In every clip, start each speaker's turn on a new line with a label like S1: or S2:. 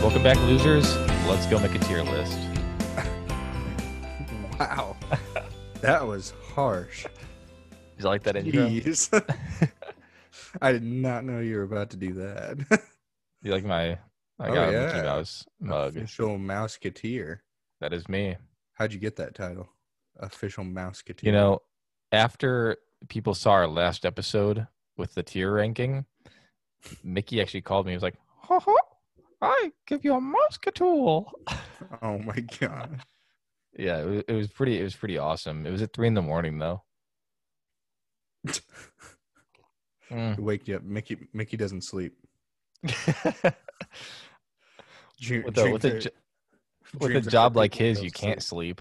S1: Welcome back, losers. Let's go make a tier list.
S2: Wow. that was harsh.
S1: Is like that intro? You
S2: Jeez. I did not know you were about to do that.
S1: like my? I
S2: Oh,
S1: got a
S2: yeah.
S1: Mickey Mouse mug.
S2: Official Mouseketeer.
S1: That is me.
S2: How'd you get that title? Official Mouseketeer.
S1: You know, after people saw our last episode with the tier ranking, Mickey actually called me. He was like, "Ho ho, I give you a muscatool."
S2: Oh my god.
S1: Yeah, it was, it was pretty. It was pretty awesome. It was at three in the morning though. Mm.
S2: It waked you up. Mickey Mickey doesn't sleep. Ju-
S1: with a,
S2: dreams
S1: with a,
S2: are-
S1: j- with a
S2: dreams are for
S1: job like
S2: people who
S1: his,
S2: don't
S1: you can't sleep.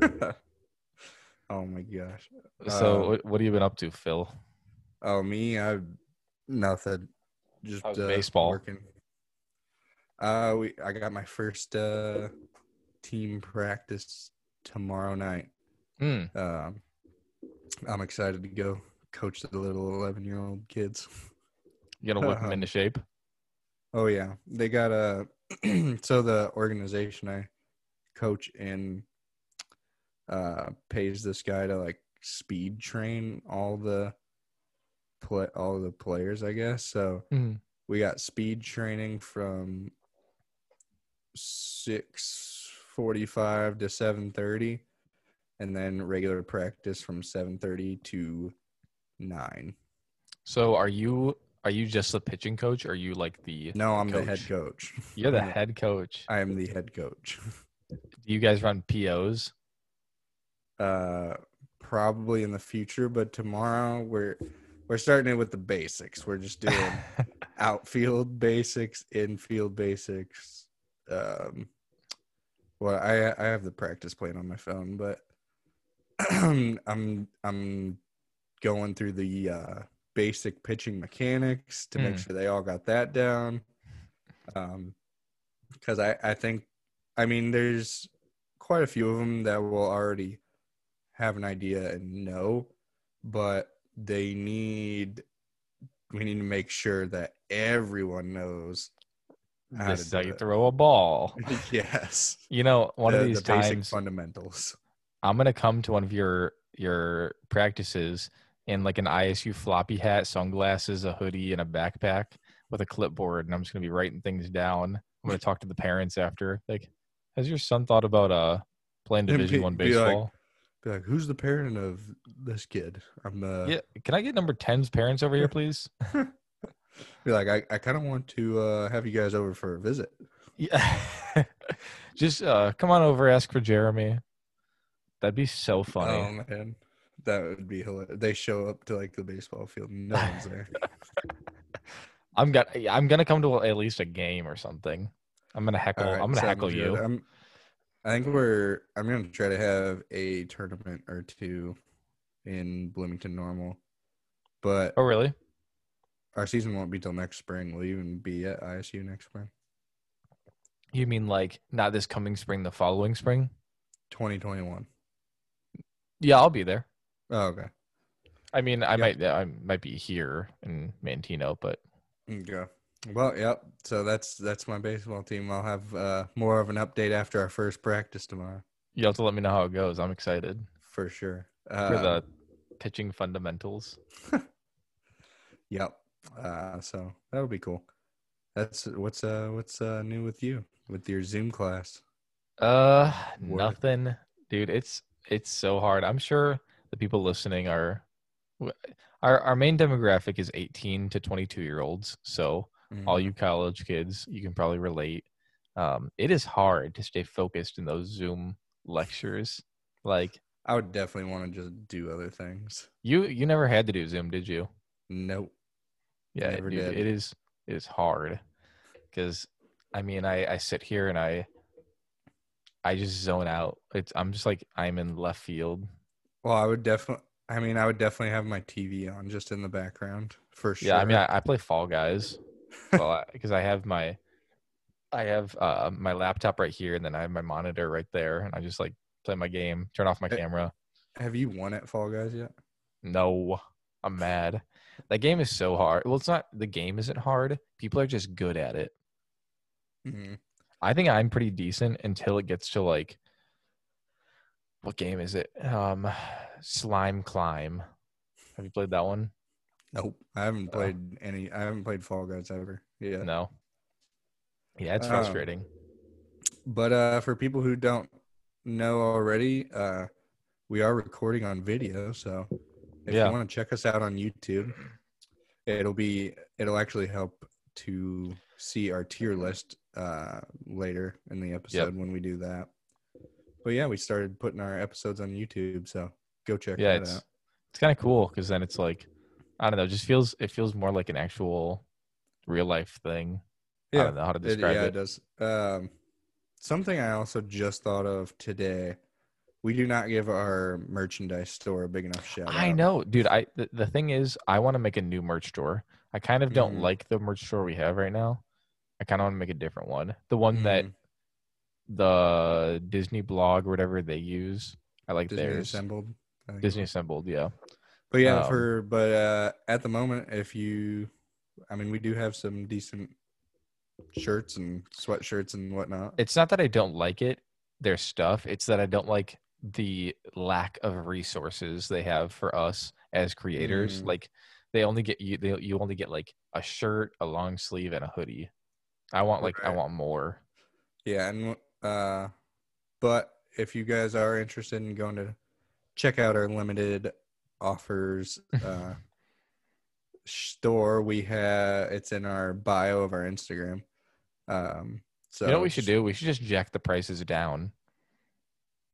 S2: sleep. oh my gosh.
S1: So,
S2: Uh,
S1: what, what have you been up to, Phil?
S2: Oh me, I nothing. Just
S1: How's
S2: uh,
S1: baseball?
S2: Working. Uh, we I got my first uh team practice tomorrow night.
S1: Hmm.
S2: Um, I'm excited to go coach the little 11 year old kids.
S1: you gonna whip him into shape?
S2: Oh yeah, they got a. so the organization I coach in uh, pays this guy to like speed train all the play all the players, I guess. So
S1: Mhm.
S2: we got speed training from six forty-five to seven thirty, and then regular practice from seven thirty to nine.
S1: So, are you are you just the pitching coach? Or are you like the
S2: No, I'm the head
S1: Coach.
S2: coach.
S1: You're the
S2: I'm
S1: head coach.
S2: I am the head coach.
S1: Do you guys run POs?
S2: uh probably in the future but tomorrow we're we're starting it with the basics we're just doing outfield basics infield basics um well i i have the practice plan on my phone but i'm i'm going through the uh basic pitching mechanics to make
S1: Hmm.
S2: sure they all got that down um because i i think i mean there's quite a few of them that will already have an idea and know, but they need we need to make sure that everyone knows. how
S1: This
S2: to
S1: is how
S2: do
S1: you
S2: it.
S1: throw a ball.
S2: yes,
S1: You know, one
S2: The-
S1: of these
S2: the basic
S1: times,
S2: fundamentals.
S1: I'm gonna come to one of your your practices in like an ISU floppy hat, sunglasses, a hoodie, and a backpack with a clipboard, and I'm just gonna be writing things down. I'm gonna talk to the parents after. Like, has your son thought about uh playing
S2: And
S1: Division
S2: be-
S1: One
S2: be like-
S1: baseball?
S2: Be like, who's the parent of this kid? I'm uh, the
S1: yeah, can I get number 10's parents over here, please?
S2: be like I, I kind of want to uh, have you guys over for a visit.
S1: Yeah, just uh, come on over, ask for Jeremy. That'd be so funny.
S2: Oh man, that would be hilarious. They show up to like the baseball field, no one's there.
S1: I'm gonna I'm gonna come to at least a game or something. I'm gonna heckle.
S2: All right,
S1: I'm gonna
S2: sounds
S1: heckle
S2: good.
S1: you.
S2: I'm, I think we're. I'm going to try to have a tournament or two in Bloomington Normal, but
S1: Oh really?
S2: our season won't be till next spring. We'll even be at ISU next spring,
S1: You mean like not this coming spring, the following spring?
S2: 2021.
S1: Yeah, I'll be there.
S2: Oh, okay.
S1: I mean, I
S2: Yeah.
S1: might I might be here in Mantino, but
S2: Yeah. Well, yep. So that's that's my baseball team. I'll have uh, more of an update after our first practice tomorrow
S1: you have to let me know how it goes. I'm excited
S2: for sure.
S1: for
S2: Uh,
S1: the pitching fundamentals.
S2: Yep. Uh, so that'll be cool. That's what's uh what's uh new with you with your Zoom class.
S1: Uh,
S2: Word.
S1: nothing, dude. It's it's so hard. I'm sure the people listening are our our main demographic is 18 to 22 year olds. So
S2: Mm-hmm.
S1: all you college kids, you can probably relate. Um, it is hard to stay focused in those Zoom lectures. Like
S2: I would definitely want to just do other things.
S1: you, you never had to do Zoom, did you?
S2: Nope.
S1: Yeah,
S2: Never
S1: dude,
S2: did.
S1: it is. It is hard because, I mean, I I sit here and I, I just zone out. It's I'm just like I'm in left field.
S2: Well, I would definitely. I mean, I would definitely have my TV on just in the background for sure.
S1: Yeah, I mean, I, I play Fall Guys, well, because I have my, I have uh my laptop right here, and then I have my monitor right there, and I just like play my game, turn off my
S2: Eh,
S1: camera.
S2: have you won at Fall Guys yet?
S1: No, I'm mad. That game is so hard. Well, it's not the game isn't hard. People are just good at it.
S2: Mhm.
S1: I think I'm pretty decent until it gets to like what game is it? Um Slime Climb. Have you played that one?
S2: Nope. I haven't played any. I haven't played Fall Guys ever. Yeah.
S1: No. Yeah, it's
S2: Um,
S1: frustrating.
S2: But uh, for people who don't know already, uh, we are recording on video, so if
S1: Yeah.
S2: you want to check us out on YouTube, it'll be it'll actually help to see our tier list uh, later in the episode when we do that. But yeah, we started putting our episodes on YouTube, so go check
S1: yeah,
S2: that
S1: it's
S2: out.
S1: it's kind of cool because then it's like I don't know, it just feels it feels more like an actual real life thing. I
S2: Yeah,
S1: don't know how to
S2: It-
S1: describe
S2: yeah, it
S1: it.
S2: does. Um, something I also just thought of today. We do not give our merchandise store a big enough shout.
S1: I
S2: out.
S1: know, dude. I the, the thing is, I want to make a new merch store. I kind of don't
S2: Mhm.
S1: like the merch store we have right now. I kind of want to make a different one. The one that
S2: Mhm.
S1: the Disney blog or whatever they use. I like
S2: Disney
S1: theirs.
S2: assembled. I think.
S1: Disney assembled, yeah.
S2: But yeah,
S1: um,
S2: for but uh, at the moment, if you, I mean, we do have some decent shirts and sweatshirts and whatnot.
S1: It's not that I don't like it, their stuff. It's that I don't like the lack of resources they have for us as creators.
S2: Mm.
S1: Like they only get you they, you only get like a shirt, a long sleeve and a hoodie. I want like I
S2: Right.
S1: want more.
S2: Yeah, and uh, but if you guys are interested in going to check out our limited offers uh, store, we have it's in our bio of our Instagram. Um, so
S1: you know what we should
S2: just-
S1: do? We should just jack the prices down.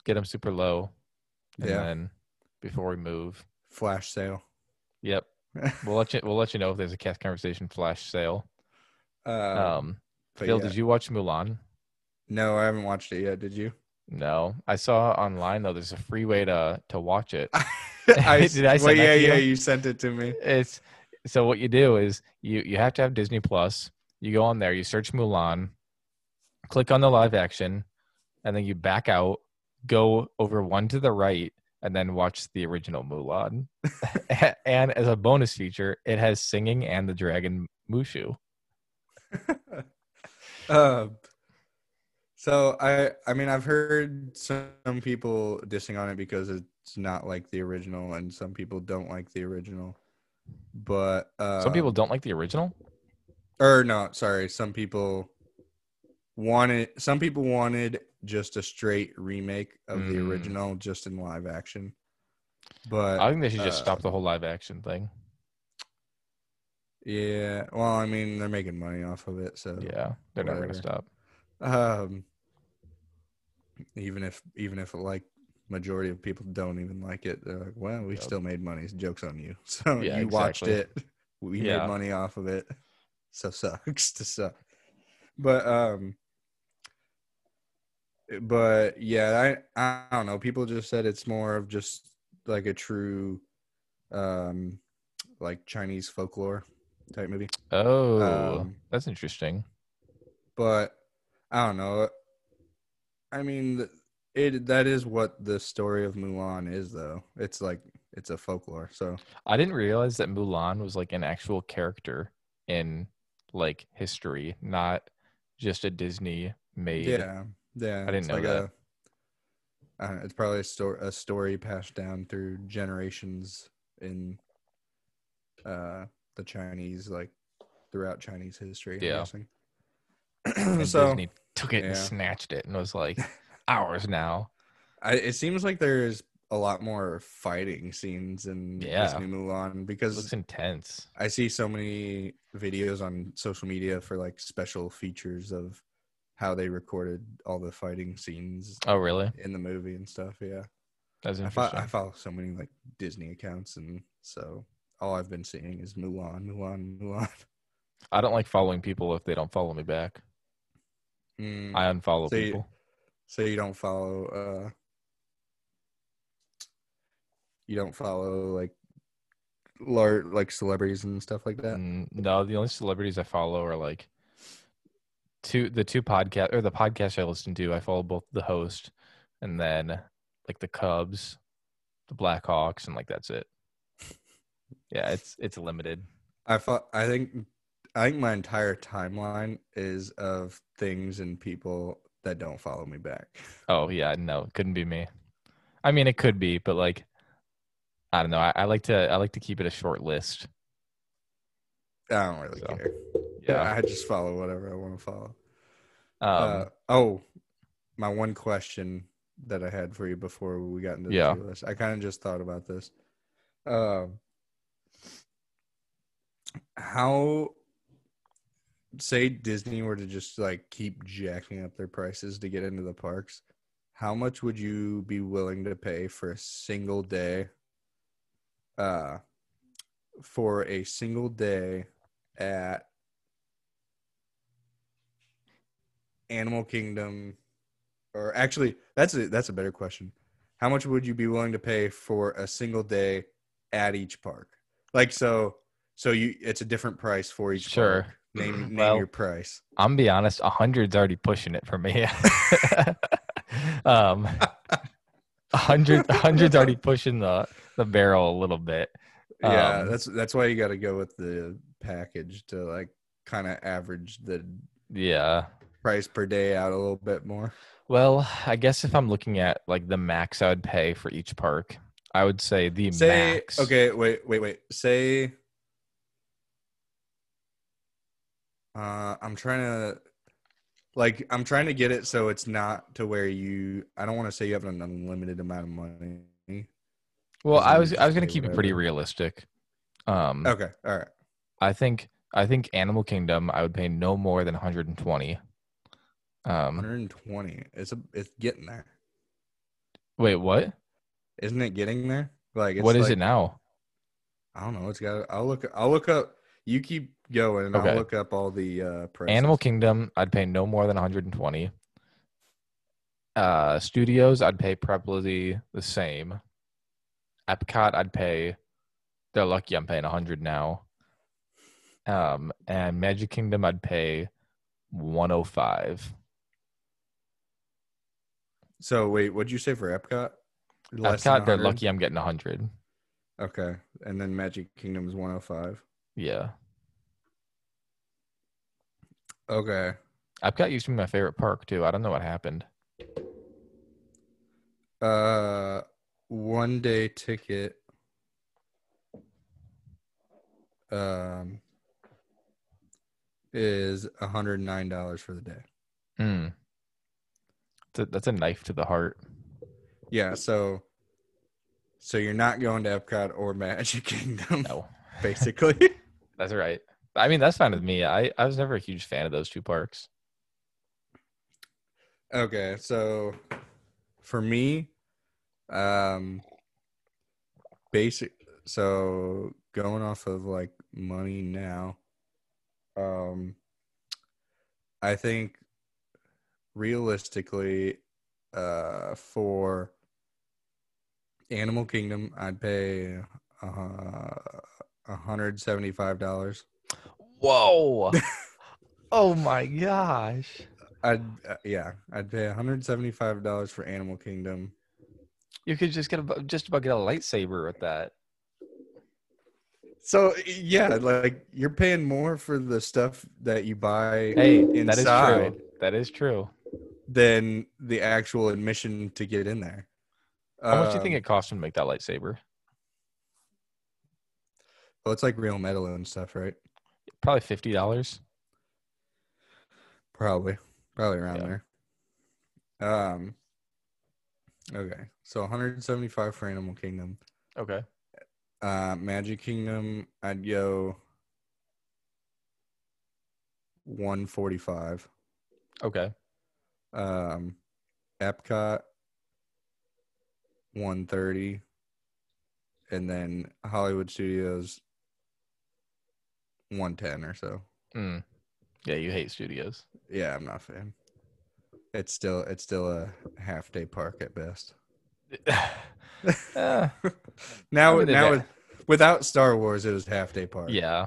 S1: Get them super low. And
S2: Yeah.
S1: then before we move.
S2: flash sale.
S1: Yep. We'll let you we'll let you know if there's a cast conversation flash sale.
S2: uh,
S1: Um
S2: but
S1: Phil,
S2: yeah.
S1: did you watch Mulan?
S2: No, I haven't watched it yet. Did you?
S1: No, I saw online though. There's a free way to to watch it.
S2: I,
S1: Did I
S2: well,
S1: send that
S2: yeah,
S1: to you?
S2: yeah, you sent it to me.
S1: It's so what you do is you you have to have Disney Plus. You go on there, you search Mulan, click on the live action, and then you back out, go over one to the right, and then watch the original Mulan. and as a bonus feature, it has singing and the dragon Mushu.
S2: Uh, so I, I mean, I've heard some people dissing on it because it's not like the original, and some people don't like the original. But uh,
S1: Some people don't like the original.
S2: or no, sorry, some people wanted, some people wanted just a straight remake of the
S1: Mm.
S2: original, just in live action. But
S1: I think they should just
S2: uh,
S1: stop the whole live action thing.
S2: yeah, well, I mean, they're making money off of it, so
S1: Yeah, they're never gonna
S2: uh, whatever.
S1: stop.
S2: um even if even if like majority of people don't even like it they're like well we
S1: Yep.
S2: still made money jokes on you so
S1: Yeah,
S2: you watched it
S1: exactly.
S2: we
S1: Yeah.
S2: made money off of it so sucks to suck but um but yeah i i don't know people just said it's more of just like a true um like chinese folklore type movie
S1: Oh,
S2: Um,
S1: that's interesting.
S2: but I don't know. I mean, th- it that is what the story of Mulan is, though. It's like it's a folklore. So
S1: I didn't realize that Mulan was like an actual character in like history, not just a Disney made.
S2: yeah, yeah.
S1: I didn't
S2: it's
S1: know
S2: like
S1: that.
S2: A, I don't know, it's probably a story, a story passed down through generations in uh the Chinese, like throughout Chinese history.
S1: Yeah.
S2: I'm
S1: And
S2: guessing. so
S1: Disney took it and
S2: yeah.
S1: snatched it and was like, ours now.
S2: I, it seems like there's a lot more fighting scenes in
S1: Yeah.
S2: this new Mulan
S1: It
S2: because
S1: looks intense.
S2: I see so many videos on social media for like special features of how they recorded all the fighting scenes
S1: Oh, really?
S2: in the movie and stuff. Yeah,
S1: That's
S2: I, fo-
S1: interesting.
S2: I follow so many like Disney accounts, and so all I've been seeing is Mulan, Mulan, Mulan.
S1: I don't like following people if they don't follow me back.
S2: Mm,
S1: I unfollow
S2: So you-
S1: people.
S2: so you don't follow, uh, you don't follow like large like celebrities and stuff like that.
S1: Mm, No, the only celebrities I follow are like two the two podcast or the podcast I listen to. I follow both the host and then like the Cubs, the Blackhawks, and like that's it. Yeah, it's it's limited.
S2: I fo- I think I think my entire timeline is of things and people that don't follow me back.
S1: Oh yeah, no, it couldn't be me. I mean, it could be, but like, I don't know. I, I like to I like to keep it a short list.
S2: I don't really
S1: So,
S2: care.
S1: Yeah.
S2: I just follow whatever I want to follow.
S1: Um,
S2: uh, oh, my one question that I had for you before we got into
S1: Yeah.
S2: the tier list. I kind of just thought about this. Um, how say Disney were to just like keep jacking up their prices to get into the parks? How much would you be willing to pay for a single day? Uh, for a single day at Animal Kingdom, or actually, that's a that's a better question. How much would you be willing to pay for a single day at each park? Like so, so you it's a different price for each.
S1: Sure.
S2: Park. Name name
S1: Well-
S2: your price.
S1: I'm be honest, a hundred's already pushing it for me. um, a hundred, a hundred's already pushing the the barrel a little bit.
S2: Yeah,
S1: Um,
S2: that's that's why you got to go with the package to like kind of average the
S1: Yeah.
S2: price per day out a little bit more.
S1: Well, I guess if I'm looking at like the max I would pay for each park, I would say the
S2: Say
S1: max.
S2: okay, wait, wait, wait. Say uh I'm trying to like I'm trying to get it so it's not to where you I don't want to say you have an unlimited amount of
S1: Hmm.
S2: money.
S1: Well,
S2: As in
S1: I
S2: you
S1: was I
S2: just
S1: was gonna
S2: say
S1: keep it pretty
S2: whatever.
S1: realistic. Um,
S2: Okay, all right.
S1: I think I think Animal Kingdom I would pay no more than 120. Um,
S2: 120. It's a it's getting there.
S1: wait, what?
S2: Isn't it getting there? Like it's
S1: What is
S2: like,
S1: it now?
S2: I don't know. It's got I'll look I'll look up you keep going and
S1: Okay.
S2: I'll look up all the uh prices.
S1: Animal Kingdom, I'd pay no more than 120. Uh, studios, I'd pay probably the same. Epcot, I'd pay. They're lucky I'm paying 100 now. Um, and Magic Kingdom, I'd pay 105.
S2: So wait, what'd you say for Epcot? Less than
S1: Epcot, they're
S2: 100?
S1: lucky I'm getting 100.
S2: Okay. And then Magic Kingdom is 105.
S1: Yeah,
S2: Okay.
S1: Epcot used to be my favorite park too. I don't know what happened.
S2: Uh one day ticket. Um is $109 for the day.
S1: Mm. That's a- that's a knife to the heart.
S2: Yeah, so so you're not going to Epcot or Magic Kingdom
S1: No,
S2: basically.
S1: that's right. I mean, that's fine with me. I, I was never a huge fan of those two parks.
S2: Okay, so for me, um, basic. So going off of like money now, um, I think realistically, uh, for Animal Kingdom, I'd pay uh, hundred seventy-five dollars.
S1: Whoa. oh my gosh.
S2: I'd uh, yeah, I'd pay hundred seventy-five dollars for Animal Kingdom.
S1: You could just get a, just about get a lightsaber with that.
S2: So yeah, like you're paying more for the stuff that you buy
S1: Hey, that is
S2: Inside.
S1: true. That is true.
S2: than the actual admission to get in there.
S1: How much do you think
S2: Um,
S1: it cost him to make that lightsaber?
S2: Well, it's like real metal and stuff, right?
S1: Probably fifty dollars.
S2: Probably, probably around
S1: Yeah.
S2: there. Um. Okay, so 175 for Animal Kingdom.
S1: Okay.
S2: Uh, Magic Kingdom, I'd go 145.
S1: Okay.
S2: Um, Epcot, one thirty, and then Hollywood Studios, one ten or so.
S1: Mm. Yeah, you hate studios.
S2: Yeah, I'm not a fan. It's still it's still a half day park at best.
S1: Eh,
S2: now
S1: mean,
S2: now
S1: it-
S2: with- without Star Wars, it was half day park.
S1: yeah.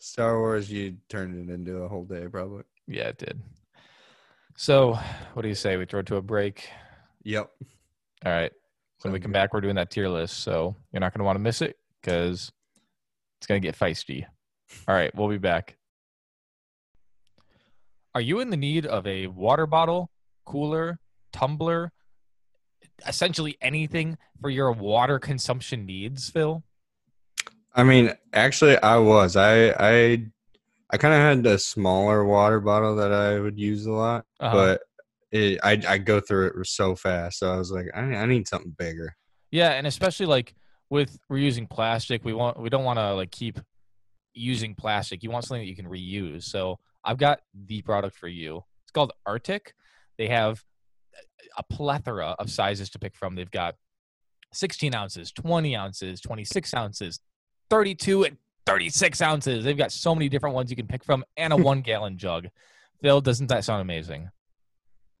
S2: Star Wars, you turned it into a whole day probably.
S1: Yeah, it did. So, what do you say? We throw it to a break.
S2: Yep.
S1: All right. When we
S2: Sounds
S1: come
S2: good.
S1: back, we're doing that tier list. So, you're not going to want to miss it because it's going to get feisty. All right. We'll be back. Are you in the need of a water bottle, cooler, tumbler, essentially anything for your water consumption needs, Phil?
S2: I mean, actually, I was. I I I kind of had a smaller water bottle that I would use a lot,
S1: Uh-huh.
S2: but it, I I go through it so fast. So I was like, I need, I need something bigger.
S1: Yeah, and especially like with reusing plastic, we want we don't want to like keep using plastic. You want something that you can reuse. So I've got the product for you. It's called Arctic. They have a plethora of sizes to pick from. They've got 16 ounces, 20 ounces, 26 ounces, 32 and 36 ounces. They've got so many different ones you can pick from, and a one gallon jug. Phil, doesn't that sound amazing?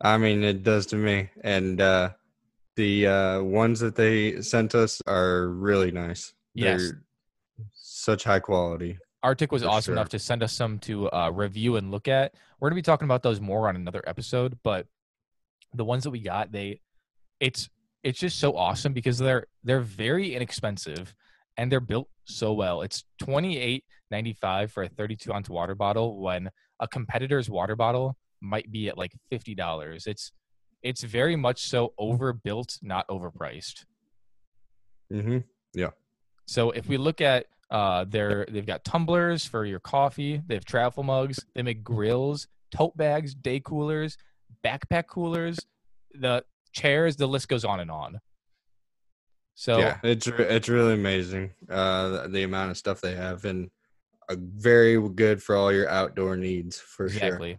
S2: I mean, it does to me. And uh, the uh, ones that they sent us are really nice.
S1: Yes.
S2: such high quality.
S1: Arctic was
S2: For
S1: awesome enough
S2: sure.
S1: to send us some to uh, review and look at. We're gonna be talking about those more on another episode, but the ones that we got, they it's it's just so awesome because they're they're very inexpensive and they're built so well. It's twenty eight ninety five for a thirty two ounce water bottle when a competitor's water bottle might be at like fifty dollars. It's it's very much so overbuilt, not overpriced.
S2: Mm-hmm.
S1: So if we look at uh, their, they've got tumblers for your coffee. They have travel mugs. They make grills, tote bags, day coolers, backpack coolers, the chairs. The list goes on and on. So
S2: yeah, it's re- it's really amazing. Uh, the, the amount of stuff they have and uh, very good for all your outdoor needs for sure.
S1: exactly.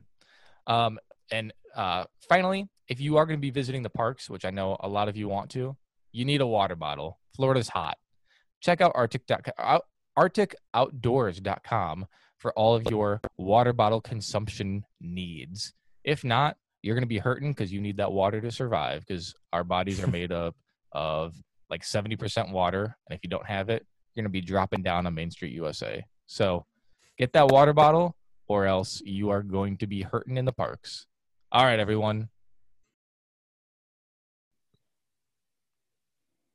S1: Um, and uh, finally, if you are going to be visiting the parks, which I know a lot of you want to, you need a water bottle. Florida's hot. Check out arctic.com, arcticoutdoors.com for all of your water bottle consumption needs. If not, you're going to be hurting because you need that water to survive because our bodies are made up of like 70% water. And if you don't have it, you're going to be dropping down on Main Street USA. So get that water bottle or else you are going to be hurting in the parks. All right, everyone.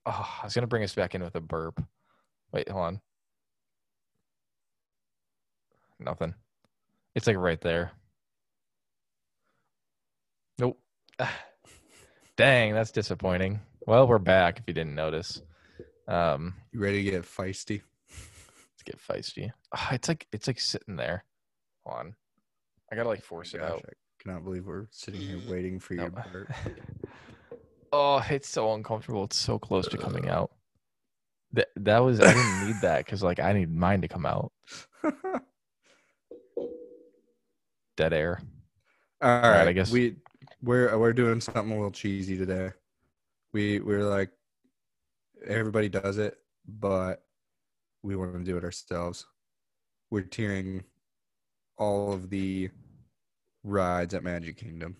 S1: Oh, I was gonna bring us back in with a burp. Wait, hold on. Nothing. It's like right there. Nope. Dang, that's disappointing. Well, we're back. If you didn't notice, um,
S2: You ready to get feisty?
S1: let's get feisty. Ah, it's like it's like sitting there. Hold on. I gotta like force it
S2: Gosh,
S1: out.
S2: I cannot believe we're sitting here waiting for your
S1: No.
S2: burp.
S1: oh, it's so uncomfortable. It's so close to coming out. That that was I didn't need that because like I need mine to come out. Dead air.
S2: All
S1: right, I
S2: right,
S1: guess-
S2: we we're we're doing something a little cheesy today. We we're like everybody does it, but we want to do it ourselves. We're tearing all of the rides at Magic Kingdom.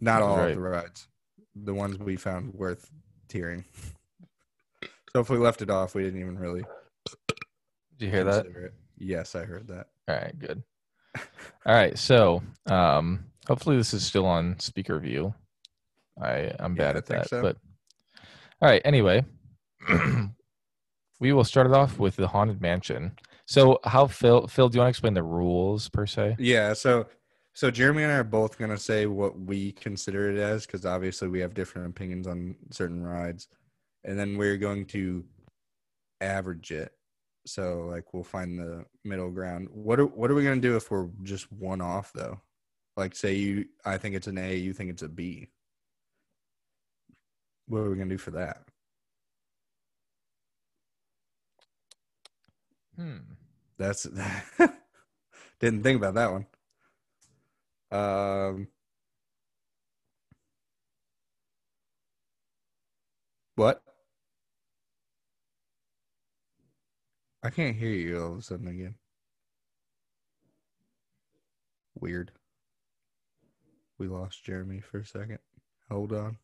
S2: Not all
S1: Right.
S2: of the rides, the ones we found worth tearing. so if we left it off, we didn't even really
S1: Did you hear that?
S2: consider it. Yes, I heard that.
S1: All right, good. All right, so um, hopefully this is still on speaker view. I I'm
S2: Yeah,
S1: bad
S2: I
S1: at
S2: think
S1: that,
S2: so.
S1: but all right. Anyway, we will start it off with the haunted mansion. So how Phil Phil, do you want to explain the rules per se?
S2: Yeah, so so Jeremy and I are both gonna say what we consider it as, because obviously we have different opinions on certain rides, and then we're going to average it. So like we'll find the middle ground. What are what are we gonna do if we're just one off though? Like say you, I think it's an A, you think it's a B. What are we gonna do for that?
S1: Hmm.
S2: That's didn't think about that one. Um, what? I can't hear you all of a sudden again. Weird. We lost Jeremy for a second. Hold on.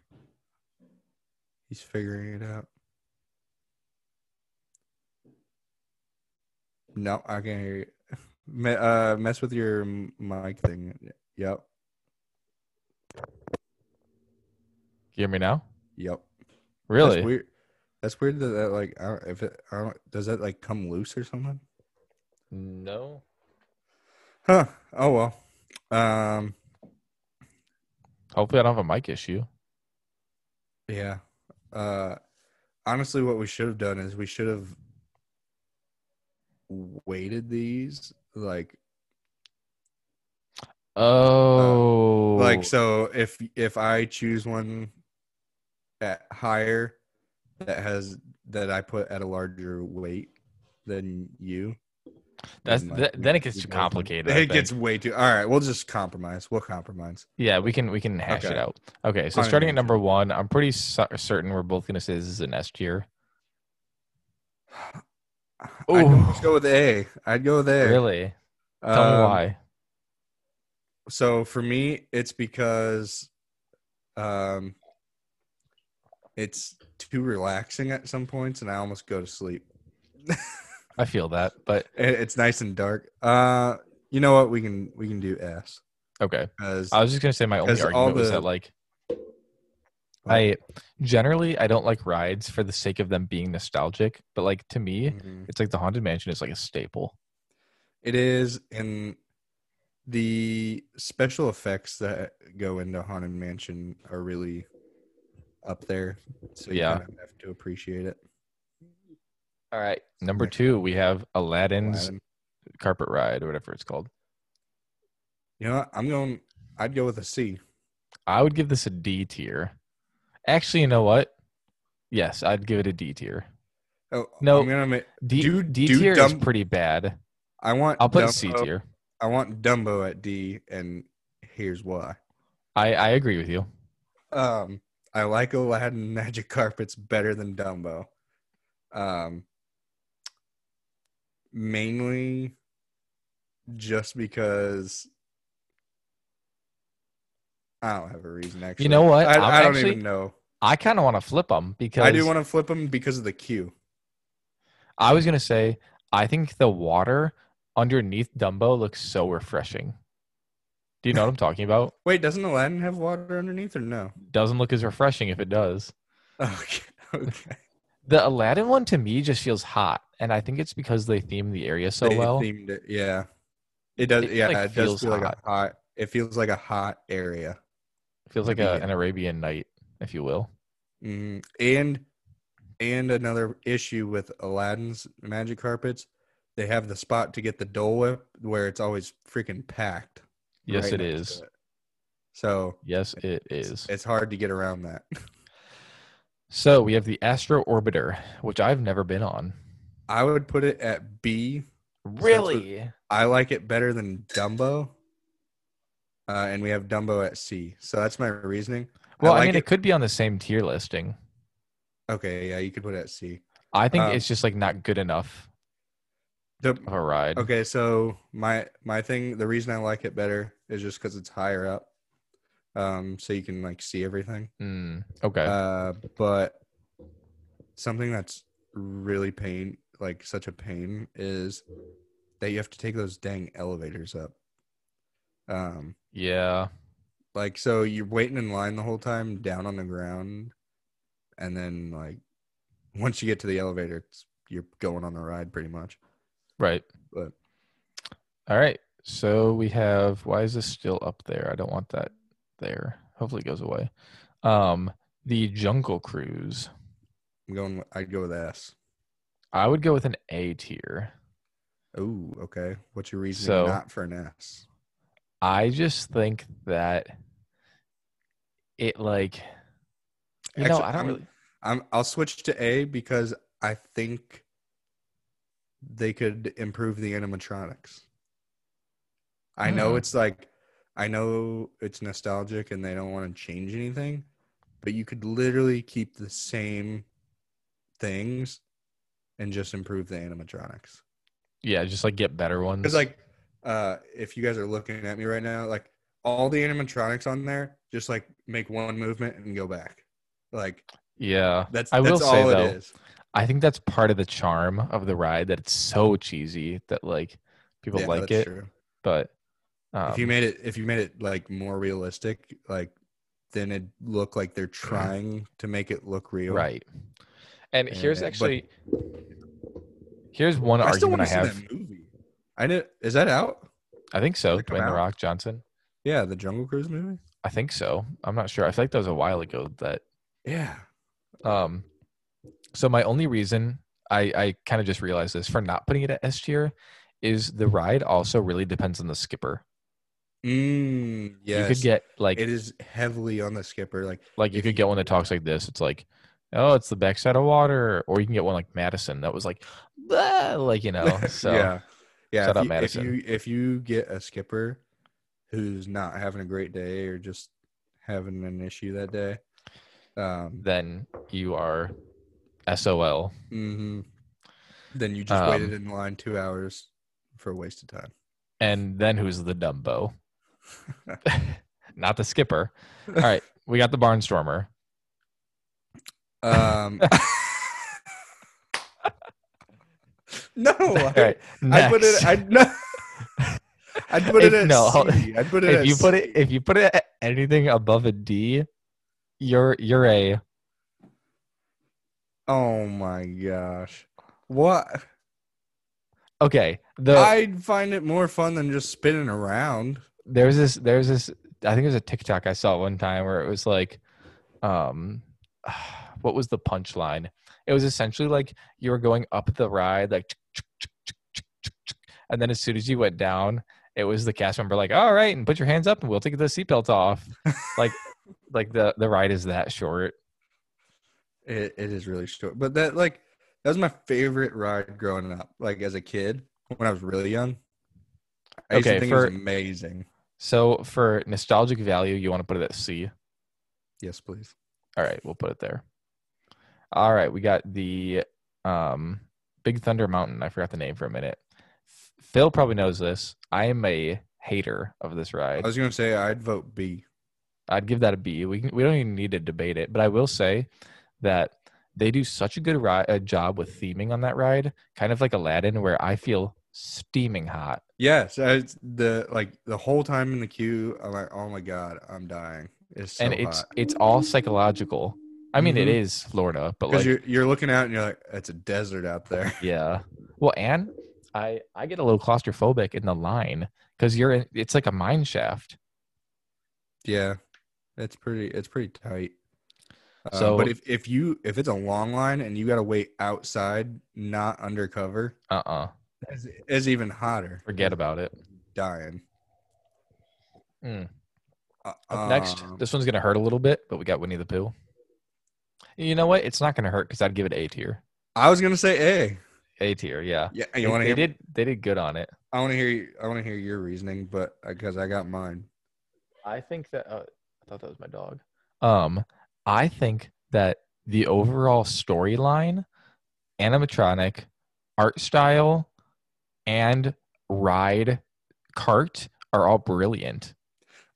S2: He's figuring it out. No, I can't hear you. Me- uh, mess with your m- mic thing. Yep.
S1: You hear me now?
S2: Yep.
S1: Really?
S2: That's weird. That's weird that, that like I don't, if it I don't does that like come loose or something?
S1: No.
S2: Huh. Oh well. Um.
S1: Hopefully, I don't have a mic issue.
S2: Yeah. Uh, honestly, what we should have done is we should have weighted these like
S1: Oh,
S2: like so if if I choose one at higher that has that I put at a larger weight than you.
S1: that's
S2: then, like,
S1: th-
S2: we-
S1: then it gets
S2: we
S1: too
S2: both win.
S1: complicated. I
S2: It gets
S1: think.
S2: way too. All right, we'll just compromise. We'll compromise.
S1: yeah. We can we can hash it
S2: Okay.
S1: out. Okay, so
S2: Fine,
S1: starting at
S2: then.
S1: number one, I'm pretty cer- certain we're both gonna say this is an S tier.
S2: I'd
S1: Ooh.
S2: go with A. I'd go with A.
S1: Really? Tell me
S2: Um,
S1: why.
S2: So for me, it's because um, it's too relaxing at some points, and I almost go to sleep.
S1: I feel that, but
S2: It- It's nice and dark. Uh, you know what? We can we can do S
S1: okay.
S2: 'cause-
S1: I was just gonna say my only
S2: 'Cause all
S1: argument was
S2: the-
S1: that like
S2: Oh.
S1: I generally I don't like rides for the sake of them being nostalgic, but like to me,
S2: Mhm.
S1: it's like the haunted mansion is like a staple.
S2: It is, and the special effects that go into Haunted Mansion are really up there. So you
S1: Yeah.
S2: kind of have to appreciate it.
S1: All right, number
S2: Next.
S1: two, we have Aladdin's
S2: Aladdin.
S1: carpet ride or whatever it's called.
S2: You know, what? I'm going. I'd go with a C.
S1: I would give this a D tier. Actually, you know what? Yes, I'd give it a D tier.
S2: Oh,
S1: No,
S2: I'm gonna make.
S1: D
S2: Do-
S1: D
S2: do
S1: tier is
S2: dumb-
S1: pretty bad.
S2: I want.
S1: I'll put
S2: Dumbo-
S1: C tier.
S2: I want Dumbo at D, and here's why.
S1: I I agree with you.
S2: Um, I like Aladdin Magic Carpets better than Dumbo. Um, mainly just because I don't have a reason. Actually,
S1: know what? I'm
S2: I, I don't
S1: actually-
S2: even know.
S1: I kind of want to flip them because
S2: I do want to flip them because of the queue.
S1: I was gonna say I think the water underneath Dumbo looks so refreshing. Do you know what I'm talking about?
S2: Wait, doesn't Aladdin have water underneath or no?
S1: Doesn't look as refreshing if it does.
S2: Okay, okay.
S1: The Aladdin one to me just feels hot, and I think it's because they theme the area so
S2: They
S1: well.
S2: themed it. Yeah, it does.
S1: It,
S2: yeah,
S1: like,
S2: it does
S1: feels
S2: feel like
S1: hot.
S2: a hot. It feels like a hot area.
S1: feels like
S2: the
S1: a,
S2: beginning.
S1: an Arabian night, if you will.
S2: Mm, and and another issue with Aladdin's magic carpets, they have the spot to get the Dole Whip where it's always freaking packed.
S1: Yes,
S2: right
S1: it
S2: next
S1: is.
S2: to it. So
S1: Yes, it
S2: it's,
S1: is.
S2: it's hard to get around that.
S1: So we have the Astro Orbiter, which I've never been on.
S2: I would put it at B.
S1: Really?
S2: I like it better than Dumbo. Uh, and we have Dumbo at C. So that's my reasoning.
S1: Well, I,
S2: like
S1: mean, it.
S2: it-
S1: could be on the same tier listing.
S2: Okay, yeah, you could put it at C.
S1: I think
S2: Um,
S1: it's just like not good enough
S2: The,
S1: of a ride.
S2: Okay, so my my thing, the reason I like it better is just because it's higher up, um, so you can like see everything.
S1: Mm, okay.
S2: Uh, but something that's really pain, like such a pain, is that you have to take those dang elevators up. Um,
S1: yeah.
S2: like so you're waiting in line the whole time down on the ground, and then like once you get to the elevator, it's, you're going on the ride pretty much.
S1: Right.
S2: But
S1: All right. So we have. Why is this still up there? I don't want that there. Hopefully, it goes away. Um, the Jungle Cruise.
S2: I'm going. with- I'd go with S.
S1: I would go with an A tier.
S2: Oh, okay. What's your reasoning
S1: So-
S2: not for an S?
S1: I just think that it like you know
S2: Actually,
S1: I don't
S2: I'm-
S1: really
S2: I'm, I'll switch to A because I think they could improve the animatronics. I know
S1: Hmm.
S2: it's like, I know it's nostalgic and they don't want to change anything, but you could literally keep the same things and just improve the animatronics.
S1: yeah just like get better ones.
S2: Because like, uh, if you guys are looking at me right now, like all the animatronics on there, just like make one movement and go back. Like
S1: yeah,
S2: that's
S1: I will
S2: that's
S1: say,
S2: all
S1: though,
S2: it is.
S1: I think that's part of the charm of the ride that it's so cheesy that like people
S2: Yeah,
S1: like
S2: that's
S1: it,
S2: true.
S1: but um,
S2: if you made it, if you made it like more realistic, like then it would look like they're trying to make it look real.
S1: right. And here's
S2: Uh, but-
S1: actually here's one
S2: I still
S1: argument
S2: want
S1: I
S2: to see
S1: have.
S2: that movie. I know. Is that out?
S1: I think so.
S2: Did it come
S1: Dwayne the
S2: out?
S1: Rock Johnson.
S2: Yeah, the Jungle Cruise movie.
S1: I think so. I'm not sure. I feel like that was a while ago that
S2: Yeah.
S1: um so my only reason I I kind of just realized this for not putting it at S tier is the ride also really depends on the skipper.
S2: Mm, yes.
S1: You could get like
S2: it is heavily on the skipper. Like
S1: like you
S2: if
S1: could get one that talks like this. It's like oh, it's the backside of water or you can get one like Madison that was like "Bah," like you know. So
S2: yeah, yeah.
S1: Shout out
S2: if, you, if
S1: Madison.
S2: you if you get a skipper who's not having a great day or just having an issue that day, um,
S1: then you are SOL.
S2: mhm, then you just
S1: Um,
S2: waited in line two hours for a waste of time.
S1: And then who's the Dumbo? Not the skipper. All right, we got the Barnstormer.
S2: Um, no,
S1: All
S2: I,
S1: right,
S2: I put it.
S1: next.
S2: I no. I'd put it
S1: If-
S2: at
S1: no, hold-
S2: C. I'd put it
S1: if
S2: at
S1: you put
S2: C.
S1: it if you put it at anything above a D, you're you're a
S2: Oh my gosh. What?
S1: okay. The
S2: I'd find it more fun than just spinning around.
S1: there's this there's this I think it was a TikTok I saw one time where it was like, um, what was the punchline? It was essentially like you were going up the ride like, and then as soon as you went down, it was the cast member like, all right, and put your hands up and we'll take the seatbelt off, like like the the ride is that short.
S2: It, it is really short, but that like that was my favorite ride growing up. Like as a kid, when I was really young, I used
S1: Okay,
S2: to think it
S1: for-
S2: was amazing.
S1: So for nostalgic value, you want to put it at C.
S2: Yes, please.
S1: All right, we'll put it there. All right, we got the um, Big Thunder Mountain. I forgot the name for a minute. F- Phil probably knows this. I am a hater of this
S2: I
S1: ride.
S2: was gonna say I'd vote B.
S1: I'd give that a B. We can, we don't even need to debate it, but I will say that they do such a good ri- a job with theming on that ride, kind of like Aladdin, where I feel steaming hot.
S2: Yes, I, it's the like the whole time in the queue, I'm like, oh my god, I'm dying. It's so
S1: and
S2: hot.
S1: it's it's all psychological. I mean, it
S2: Mhm.
S1: is Florida, but
S2: because
S1: like
S2: you're you're looking out and you're like, it's a desert out there.
S1: Yeah. Well, and I I get a little claustrophobic in the line because you're in, it's like a mine shaft.
S2: Yeah, it's pretty. It's pretty tight. Uh,
S1: So-
S2: but if if you if it's a long line and you got to wait outside, not undercover,
S1: Uh uh
S2: is is even hotter.
S1: Forget about it.
S2: Dying.
S1: Mm.
S2: Uh,
S1: Up next,
S2: um,
S1: this one's gonna hurt a little bit, but we got Winnie the Pooh. You know what? It's not gonna hurt because I'd give it A tier.
S2: I was gonna say A.
S1: A tier, yeah.
S2: Yeah,
S1: They-
S2: you want to
S1: they
S2: hear?
S1: did they did good on it.
S2: I want to hear. you- I want to hear your reasoning, but because I got mine.
S1: I think that uh, I thought that was my dog. Um, I think that the overall storyline, animatronic, art style, and ride cart are all brilliant.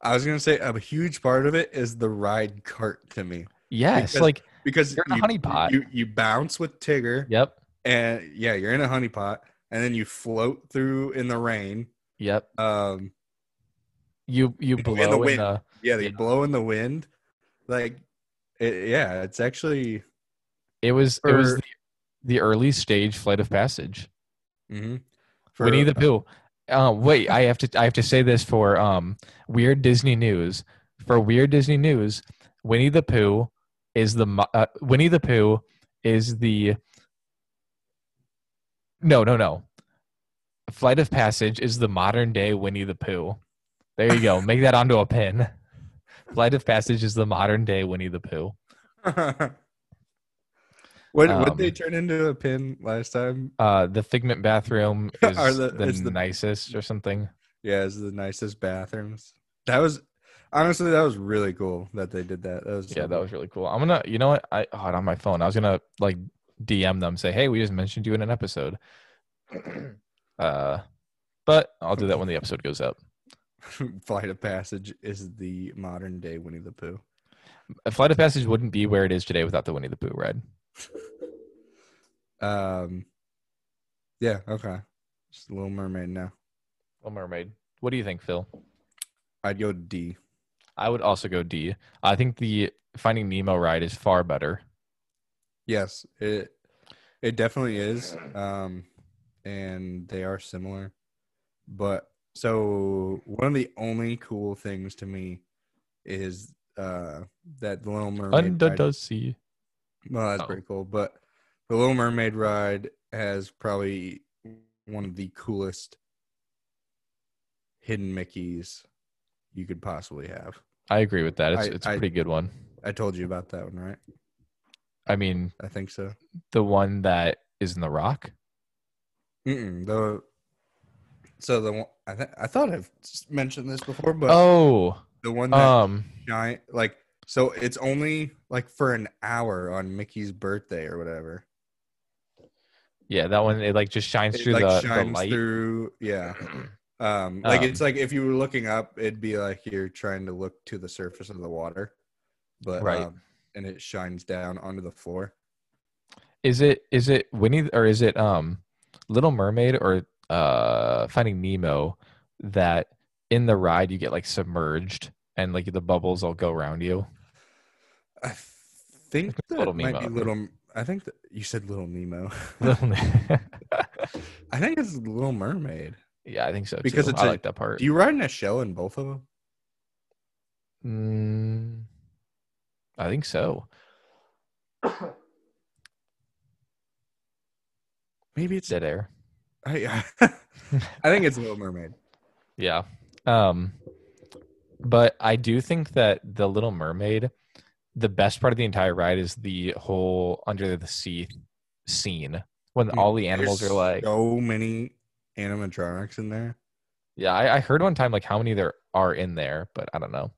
S2: I was gonna say a huge part of it is the ride cart to me
S1: Yes,
S2: Because-
S1: like
S2: because
S1: You're in a
S2: you-
S1: honeypot.
S2: You you bounce with Tigger,
S1: yep,
S2: and yeah, you're in a honeypot, and then you float through in the rain.
S1: yep.
S2: Um,
S1: You you
S2: In the
S1: blow in the,
S2: wind. Yeah, they
S1: Yeah.
S2: blow in the wind. Like, it, yeah, it's actually.
S1: it was it was
S2: For-
S1: the, the early stage flight of passage.
S2: mhm.
S1: Winnie the Pooh. Uh, wait, I have to I have to say this for um weird Disney news. For weird Disney news, Winnie the Pooh is the mo- uh, Winnie the Pooh is the no no no. Flight of Passage is the modern day Winnie the Pooh. There you go. Make that onto a pin. Flight of Passage is the modern day Winnie the Pooh.
S2: what what they
S1: Um,
S2: turn into a pin last time?
S1: Uh, the Figment bathroom is
S2: Are
S1: the,
S2: the- is the-
S1: nicest or something.
S2: Yeah, it's the nicest bathrooms. That was honestly that was really cool that they did that. That was
S1: Yeah, that was really cool. I'm gonna, you know what? I oh, it on my phone. I was gonna like DM them, say, hey, we just mentioned you in an episode. uh, but I'll do that when the episode goes up.
S2: Flight of Passage is the modern day Winnie the Pooh.
S1: A Flight of Passage wouldn't be where it is today without the Winnie the Pooh ride.
S2: Um, yeah, okay. Just Little Mermaid now.
S1: Little Mermaid. What do you think, Phil?
S2: I'd go D.
S1: I would also go D. I think the Finding Nemo ride is far better.
S2: Yes, it it definitely is. Um and they are similar. But so one of the only cool things to me is uh that the Little Mermaid.
S1: Under
S2: ride-
S1: the sea.
S2: Well, that's
S1: Oh.
S2: pretty cool. But the Little Mermaid ride has probably one of the coolest hidden Mickeys you could possibly have.
S1: I agree with that. It's
S2: I-
S1: it's
S2: I-
S1: a pretty good one.
S2: I told you about that one, right?
S1: I mean,
S2: I think so.
S1: the one that is in the rock.
S2: Mm-mm, the so the one I th- I thought I've s- mentioned this before, but
S1: Oh,
S2: the one that
S1: um,
S2: giant like so it's only like for an hour on Mickey's birthday or whatever.
S1: yeah, that one. It like just shines
S2: It
S1: through
S2: like
S1: the, the
S2: shines
S1: light.
S2: through, yeah. Um, like it's
S1: Um,
S2: like if you were looking up, it'd be like you're trying to look to the surface of the water, but
S1: Right.
S2: um, and it shines down onto the floor.
S1: Is it is it Winnie or is it um Little Mermaid or uh Finding Nemo that in the ride you get like submerged and like the bubbles all go around you?
S2: I think
S1: it's
S2: that
S1: Little
S2: might
S1: Nemo.
S2: be little. I think that, you said Little Nemo.
S1: Little Ne-
S2: I think it's Little Mermaid.
S1: yeah, I think so
S2: Because
S1: too.
S2: it's
S1: I
S2: a-
S1: like that part.
S2: Do you ride in a shell in both of them?
S1: Mm, I think so.
S2: Maybe it's.
S1: Dead air.
S2: I, I think it's Little Mermaid.
S1: Yeah. Um but I do think that the Little Mermaid the best part of the entire ride is the whole under the sea scene when
S2: Mm,
S1: all the animals are
S2: There's
S1: like
S2: so many animatronics in there.
S1: Yeah, I, I heard one time like how many there are in there, but I don't know.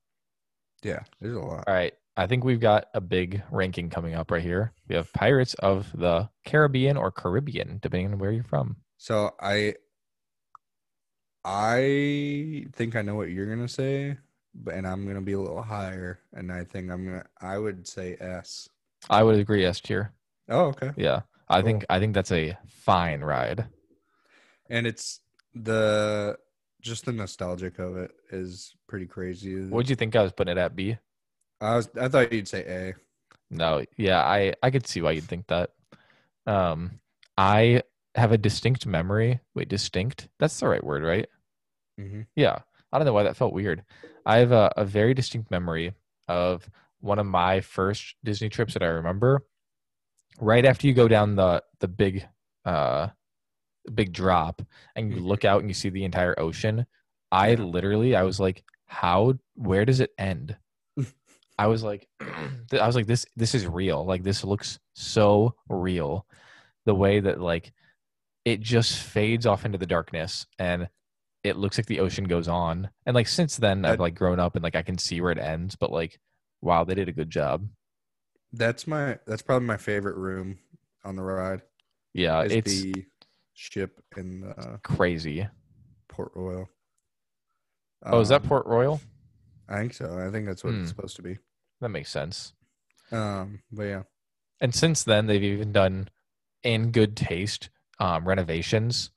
S2: Yeah, there's a lot.
S1: All right. I think we've got a big ranking coming up right here. We have Pirates of the Caribbean or Caribbean, depending on where you're from.
S2: So I I think I know what you're gonna say, but and I'm gonna be a little higher, and I think I'm gonna I would say S.
S1: I would agree S tier.
S2: Oh, okay.
S1: Yeah. I
S2: Cool.
S1: think I think that's a fine ride.
S2: And it's the just the nostalgic of it is pretty crazy.
S1: What'd you think I was putting it at B?
S2: I was I thought you'd say A.
S1: No, yeah, I I could see why you'd think that. Um, I have a distinct memory. Wait, distinct? That's the right word, right?
S2: Mm-hmm.
S1: Yeah, I don't know why that felt weird. I have a, a very distinct memory of one of my first Disney trips that I remember. Right after you go down the the big uh big drop and you
S2: Mhm.
S1: look out and you see the entire ocean, I
S2: Yeah.
S1: literally I was like, how where does it end? I was like th- I was like this this is real. Like this looks so real. The way that like it just fades off into the darkness and it looks like the ocean goes on. And like since then I've
S2: That-
S1: like grown up and like I can see where it ends, but like wow, they did a good job.
S2: That's my that's probably my favorite room on the ride.
S1: Yeah,
S2: is
S1: Uh, it's
S2: the ship in the
S1: crazy.
S2: Port Royal.
S1: Oh, is that
S2: Um,
S1: Port Royal?
S2: I think so. I think that's what
S1: Hmm.
S2: it's supposed to be.
S1: That makes sense.
S2: Um, but yeah.
S1: and since then they've even done in good taste um renovations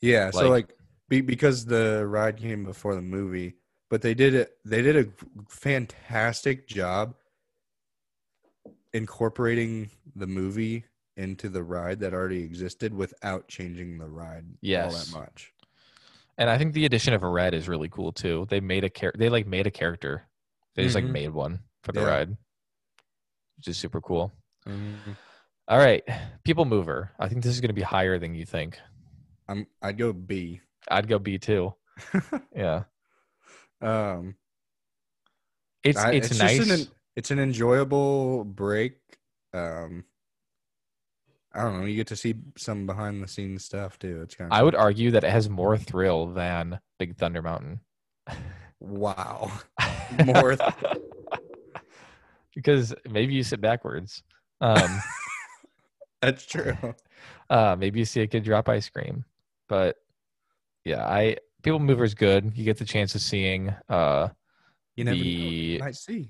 S2: Yeah, so
S1: Like-
S2: like be, because the ride came before the movie, but they did it. They did a fantastic job incorporating the movie into the ride that already existed without changing the ride
S1: Yes.
S2: all that much.
S1: and i think the addition of a red is really cool too they made a char- they like made a character they just
S2: Mhm.
S1: like made one for the
S2: Yeah.
S1: ride which is super cool all right people mover i think this is going to be higher than you think
S2: I'm I'd go B.
S1: i'd go b too yeah
S2: um,
S1: it's
S2: I-
S1: it's,
S2: just
S1: nice
S2: an, it's an enjoyable break. Um, I don't know. You get to see some behind the scenes stuff too. It's kind of
S1: i would argue that it has more thrill than big thunder mountain
S2: wow. More th-
S1: because maybe you sit backwards um
S2: That's true.
S1: Uh, maybe you see a kid drop ice cream, but yeah, I people mover is good. You get the chance of seeing. Uh,
S2: You never know.
S1: The-
S2: You might see.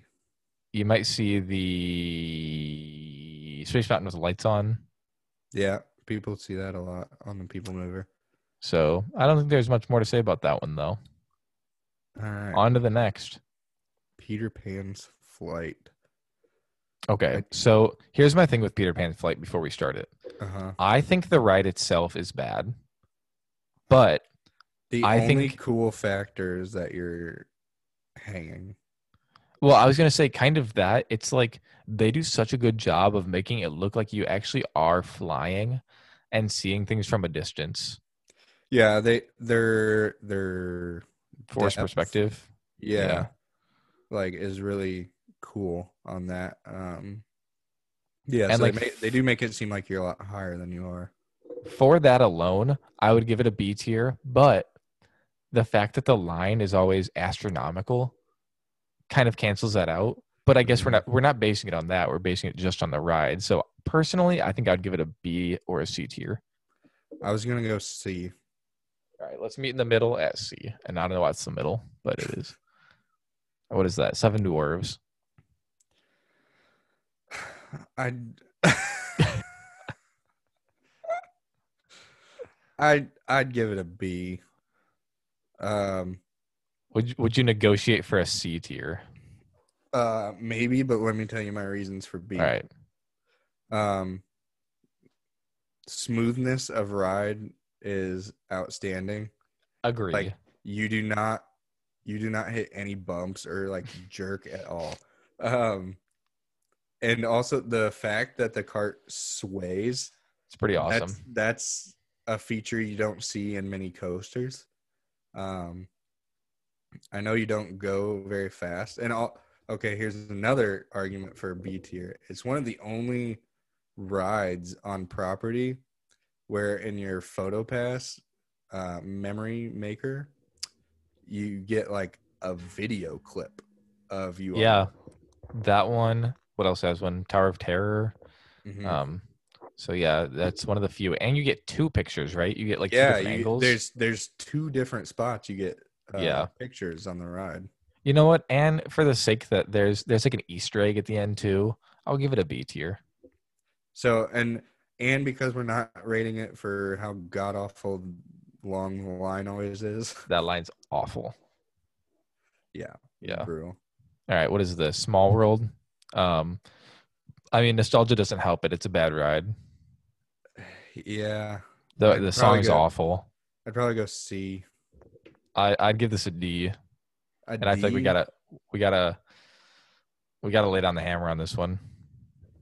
S1: you might see the space mountain with the lights on.
S2: Yeah, people see that a lot on the People Mover.
S1: So I don't think there's much more to say about that one though.
S2: All right,
S1: On to the next.
S2: Peter Pan's flight.
S1: Okay,
S2: I-
S1: so here's my thing with Peter Pan's flight. Before we start it,
S2: Uh huh.
S1: I think the ride itself is bad, but
S2: The
S1: I
S2: only
S1: think-
S2: cool factor is that you're hanging.
S1: Well, I was gonna say kind of that. It's like they do such a good job of making it look like you actually are flying and seeing things from a distance.
S2: Yeah, they their their
S1: Force
S2: Depth.
S1: perspective.
S2: yeah,
S1: Yeah.
S2: like is really cool on that. Um yeah,
S1: And,
S2: so
S1: like,
S2: they, make, they do make it seem like you're a lot higher than you are.
S1: For that alone, I would give it a B tier, but the fact that the line is always astronomical kind of cancels that out. But I guess we're not we're not basing it on that. We're basing it just on the ride. So personally, I think I'd give it a B or a C tier.
S2: I was gonna go see.
S1: All right, let's meet in the middle at C. And I don't know why it's the middle, but it is. What is that? Seven dwarves.
S2: I I'd I'd give it a B. Um
S1: Would you, would you negotiate for a C tier?
S2: uh maybe, but let me tell you my reasons for B.
S1: All right.
S2: Um smoothness of ride is outstanding.
S1: Agreed.
S2: Like, you do not you do not hit any bumps or like jerk at all um and also the fact that the cart sways
S1: it's pretty awesome.
S2: that's that's a feature you don't see in many coasters um i know you don't go very fast and all okay here's another argument for b tier it's one of the only rides on property where in your photo pass uh, memory maker you get like a video clip of you on
S1: yeah. Uh, That one. What else has one? Tower of Terror.
S2: it. Mhm.
S1: Um so yeah, that's one of the few. And you get two pictures, right? You get like two
S2: yeah
S1: different
S2: you-
S1: angles.
S2: there's there's two different spots you get uh,
S1: Yeah.
S2: pictures on the ride
S1: you know what? And for the sake that there's there's like an Easter egg at the end too. I'll give it a B tier.
S2: So and and because we're not rating it for how god awful long the line always is.
S1: That line's awful.
S2: Yeah.
S1: Yeah.
S2: Brutal.
S1: All right, what is this? Small World. Um, I mean, nostalgia doesn't help it. It's a bad ride.
S2: Yeah.
S1: The
S2: I'd
S1: the
S2: probably
S1: song's
S2: go-
S1: awful.
S2: I'd probably go C.
S1: I I'd give this a D,
S2: A
S1: and I feel like we
S2: D.
S1: gotta we gotta we gotta lay down the hammer on this one.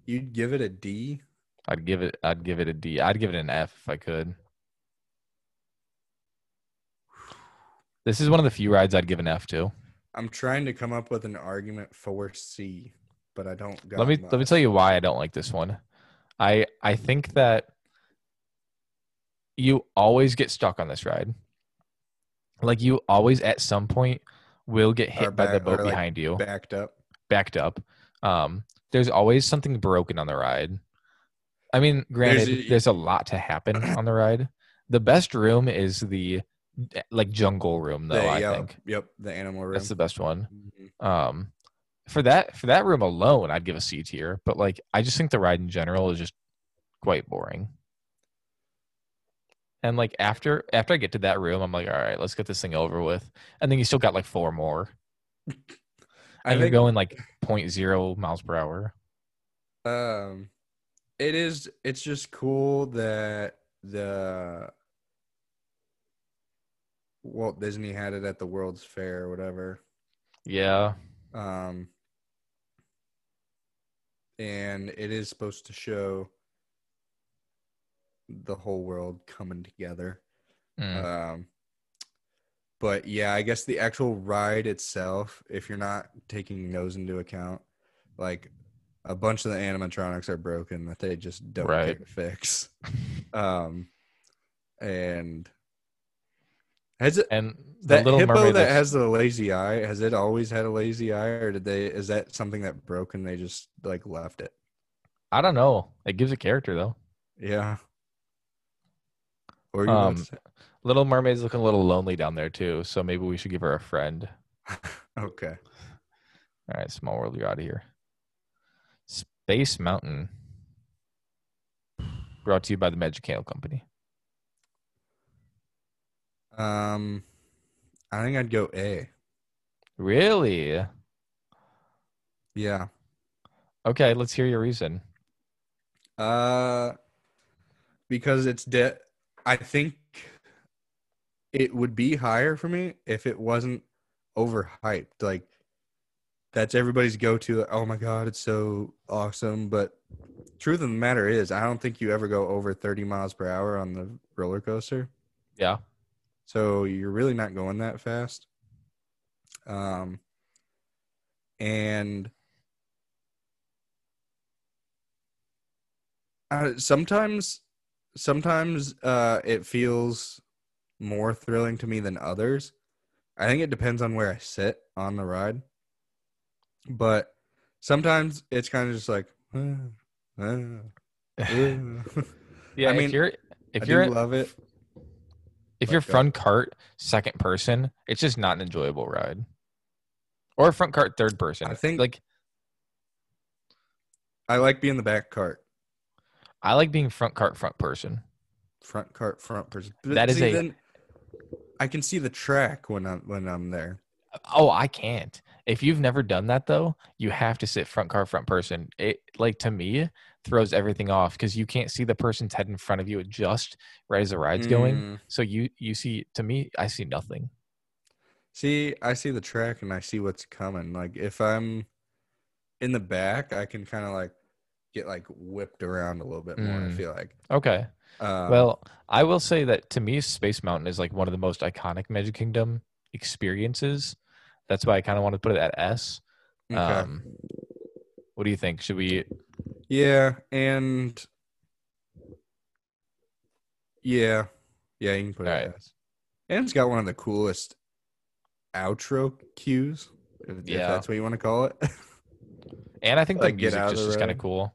S2: You'd give it a D.
S1: I'd give it I'd give it a D. I'd give it an F if I could. This is one of the few rides I'd give an F to.
S2: I'm trying to come up with an argument for C, but I don't got
S1: let me let me
S2: much.
S1: tell you why I don't like this one. I I think that you always get stuck on this ride. Like you always at some point will get hit
S2: Or
S1: by the
S2: back-
S1: boat
S2: or, like,
S1: behind you,
S2: backed up.
S1: backed up. Um, there's always something broken on the ride. I mean, granted, there's
S2: a-
S1: a, lot to happen on the ride. The best room is the like jungle room, though.
S2: The-
S1: I
S2: yep,
S1: think
S2: Yep, the animal room.
S1: that's the best one
S2: Mhm.
S1: um for that for that room alone i'd give a c tier but like i just think the ride in general is just quite boring and like after after i get to that room i'm like all right let's get this thing over with and then you still got like four more
S2: I
S1: and you're
S2: think
S1: going like 0.0 miles per hour
S2: um it is it's just cool that the Walt Disney had it at the World's Fair or whatever.
S1: yeah
S2: Um, and it is supposed to show the whole world coming together.
S1: Mm.
S2: Um, but yeah, I guess the actual ride itself, if you're not taking those into account, like a bunch of the animatronics are broken that they just don't
S1: Right.
S2: care to fix. Um, and has it
S1: and the
S2: that
S1: little
S2: hippo
S1: mermaid
S2: that
S1: looks-
S2: has the lazy eye has it always had a lazy eye or did they is that something that broke and they just like left it
S1: i don't know it gives a character though
S2: yeah or you
S1: Um,
S2: lost it.
S1: little mermaid's looking a little lonely down there too so maybe we should give her a friend
S2: okay
S1: All right, small world, you're out of here. Space Mountain. Brought to you by the Magic Candle Company.
S2: um i think i'd go a
S1: Really?
S2: yeah
S1: Okay, let's hear your reason.
S2: uh because it's de- i think it would be higher for me if it wasn't overhyped like that's everybody's go-to. like, Oh my god, it's so awesome! But truth of the matter is, I don't think you ever go over 30 miles per hour on the roller coaster.
S1: Yeah.
S2: So you're really not going that fast. Um, and uh, sometimes, sometimes uh, it feels more thrilling to me than others. I think it depends on where I sit on the ride, but sometimes it's kind of just like, "Ah, ah, ah."
S1: Yeah,
S2: I
S1: if
S2: mean,
S1: you're if
S2: I
S1: you're
S2: do love it.
S1: if
S2: but
S1: you're
S2: go.
S1: front cart second person, it's just not an enjoyable ride. Or front cart third person.
S2: I think-
S1: like
S2: I like being the back cart,
S1: I like being front cart front person.
S2: front cart, front person.
S1: That is a-
S2: I can see the track when I'm when I'm there.
S1: Oh, I can't. If you've never done that though, you have to sit front car front person. It like to me throws everything off because you can't see the person's head in front of you adjust right as the ride's going.
S2: Mm.
S1: So you you see to me, I see nothing.
S2: See, I see the track and I see what's coming. Like if I'm in the back, I can kind of like get like whipped around a little bit more. I
S1: Mm.
S2: feel like.
S1: Okay.
S2: Um,
S1: Well, I will say that to me, Space Mountain is like one of the most iconic Magic Kingdom experiences. That's why I kind of want to put it at S.
S2: okay.
S1: Um, what do you think? Should we?
S2: yeah, and yeah, yeah, you can put it.
S1: Alright.
S2: as. And it's got one of the coolest outro cues. If, if
S1: Yeah.
S2: that's what you want to call it.
S1: And I think the
S2: Like, get
S1: music
S2: out of
S1: just
S2: the
S1: is kind of
S2: road.
S1: cool.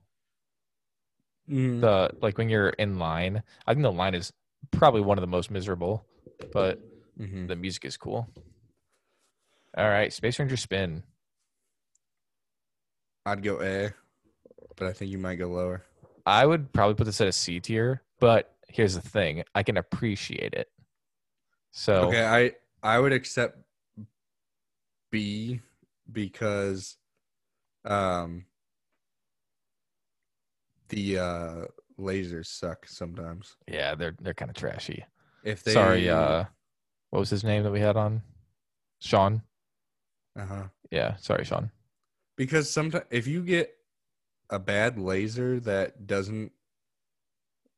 S2: Mm.
S1: The like when you're in line, I think the line is probably one of the most miserable, but
S2: Mhm.
S1: the music is cool. All right, Space Ranger Spin.
S2: I'd go A, but I think you might go lower.
S1: I would probably put this at a C tier, but here's the thing: I can appreciate it. So
S2: Okay, I I would accept B because um the uh lasers suck sometimes.
S1: yeah, they're they're kind of trashy.
S2: If they
S1: Sorry, uh, what was his name that we had on? Sean.
S2: uh-huh.
S1: Yeah, sorry, Sean.
S2: because sometimes if you get a bad laser that doesn't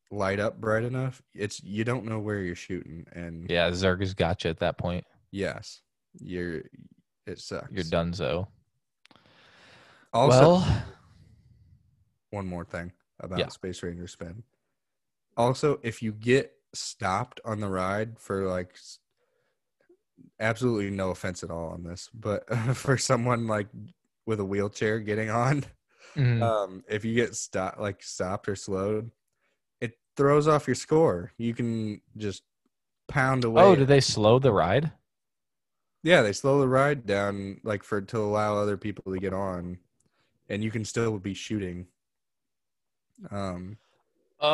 S2: light up bright enough, it's you don't know where you're shooting and
S1: Yeah, Zerg has got you at that point.
S2: yes, you're it sucks.
S1: You're donezo.
S2: Also,
S1: well,
S2: one more thing about
S1: Yeah.
S2: Space Ranger Spin. Also, if you get stopped on the ride for like s- absolutely no offense at all on this, but for someone like with a wheelchair getting on,
S1: mhm.
S2: um, if you get stopped like stopped or slowed, it throws off your score. You can just pound away.
S1: oh, did they slow the ride?
S2: yeah, they slow the ride down like for to allow other people to get on, and you can still be shooting. Um,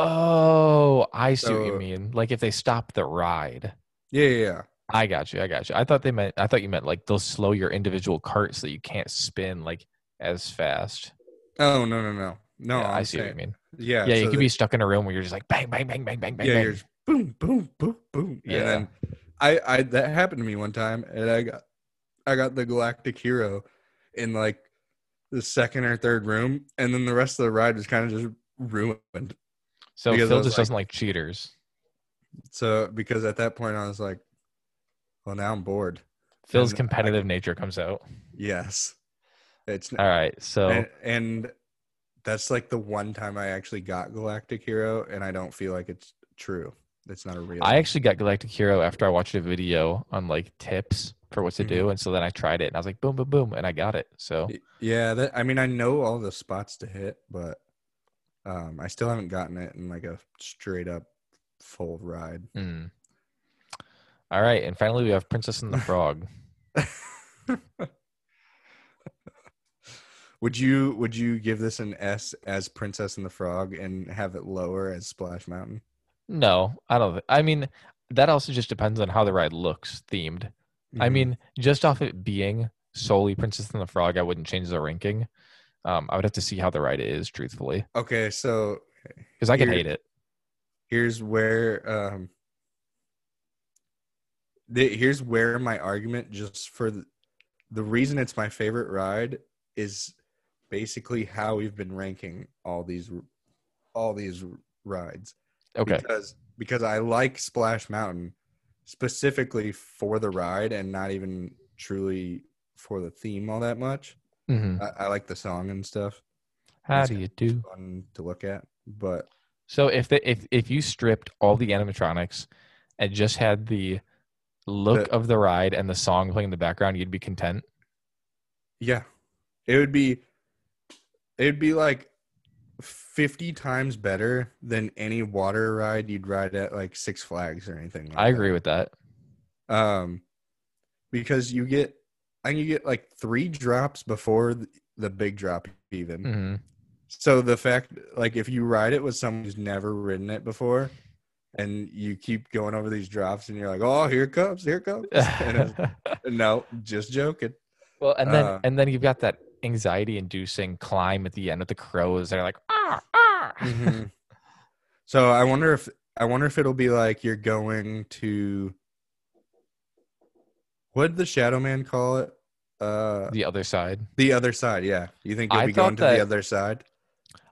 S1: Oh, I see what you
S2: So-
S1: mean. Like if they stop the ride.
S2: yeah, yeah, yeah.
S1: I got you. I got you. I thought they meant. I thought you meant like they'll slow your individual cart so you can't spin like as fast.
S2: Oh no no no no!
S1: yeah, I
S2: I'm
S1: see
S2: saying-
S1: what you mean.
S2: Yeah,
S1: Yeah, you
S2: so
S1: could
S2: that-
S1: be stuck in a room where you're just like bang, bang, bang, bang, bang, bang.
S2: yeah,
S1: bang.
S2: you're just boom boom boom boom.
S1: Yeah.
S2: And then I I that happened to me one time, and I got I got the Galactic Hero in like the second or third room, and then the rest of the ride was kind of just ruined.
S1: so
S2: because I
S1: Phil
S2: was
S1: just
S2: like-
S1: doesn't like cheaters.
S2: So because at that point I was like, well now I'm bored.
S1: Phil's
S2: I-
S1: competitive nature comes out.
S2: Yes, it's
S1: All right, so
S2: and, and that's like the one time I actually got Galactic Hero, and I don't feel like it's true. It's not a real.
S1: I actually got Galactic Hero after I watched a video on like tips for what to
S2: Mhm.
S1: do, and so then I tried it and I was like, boom, boom, boom, and I got it. So
S2: Y- Yeah, that I mean I know all the spots to hit, but um I still haven't gotten it in like a straight up full ride.
S1: mm. all right, and finally we have Princess and the Frog.
S2: Would you would you give this an S as Princess and the Frog and have it lower as Splash Mountain?
S1: No, I don't. Th- I mean, that also just depends on how the ride looks themed. I
S2: Mhm.
S1: mean, just off it being solely Princess and the Frog, I wouldn't change the ranking. Um, I would have to see how the ride is, truthfully,
S2: Okay, so
S1: because I could
S2: Here-
S1: hate it.
S2: here's where um the, here's where my argument just for the, the reason it's my favorite ride is basically how we've been ranking all these all these rides
S1: Okay.
S2: because because I like Splash Mountain specifically for the ride and not even truly for the theme all that much.
S1: hmm
S2: I, I like the song and stuff.
S1: How
S2: it's
S1: do you do?
S2: Fun to look at, but
S1: So if the, if if you stripped all the animatronics and just had the look
S2: The-
S1: of the ride and the song playing in the background, you'd be content.
S2: yeah, it would be it would be like fifty times better than any water ride you'd ride at like Six Flags or anything. Like
S1: I
S2: that.
S1: agree with that.
S2: um because you get I think you get like three drops before the, the big drop even.
S1: hmm
S2: So the fact, like, if you ride it with someone who's never ridden it before, and you keep going over these drops, and you're like, "Oh, here it comes, here it comes,"
S1: Mm-hmm.
S2: and it's, no, just joking.
S1: well, and then
S2: Uh,
S1: and then you've got that anxiety-inducing climb at the end with the crows. They're like ah ah.
S2: Mm-hmm. so I wonder if I wonder if it'll be like you're going to what did the Shadow Man call it? Uh,
S1: The other side.
S2: the other side. Yeah, you think you'll
S1: I
S2: be
S1: thought
S2: going to
S1: that-
S2: the other side?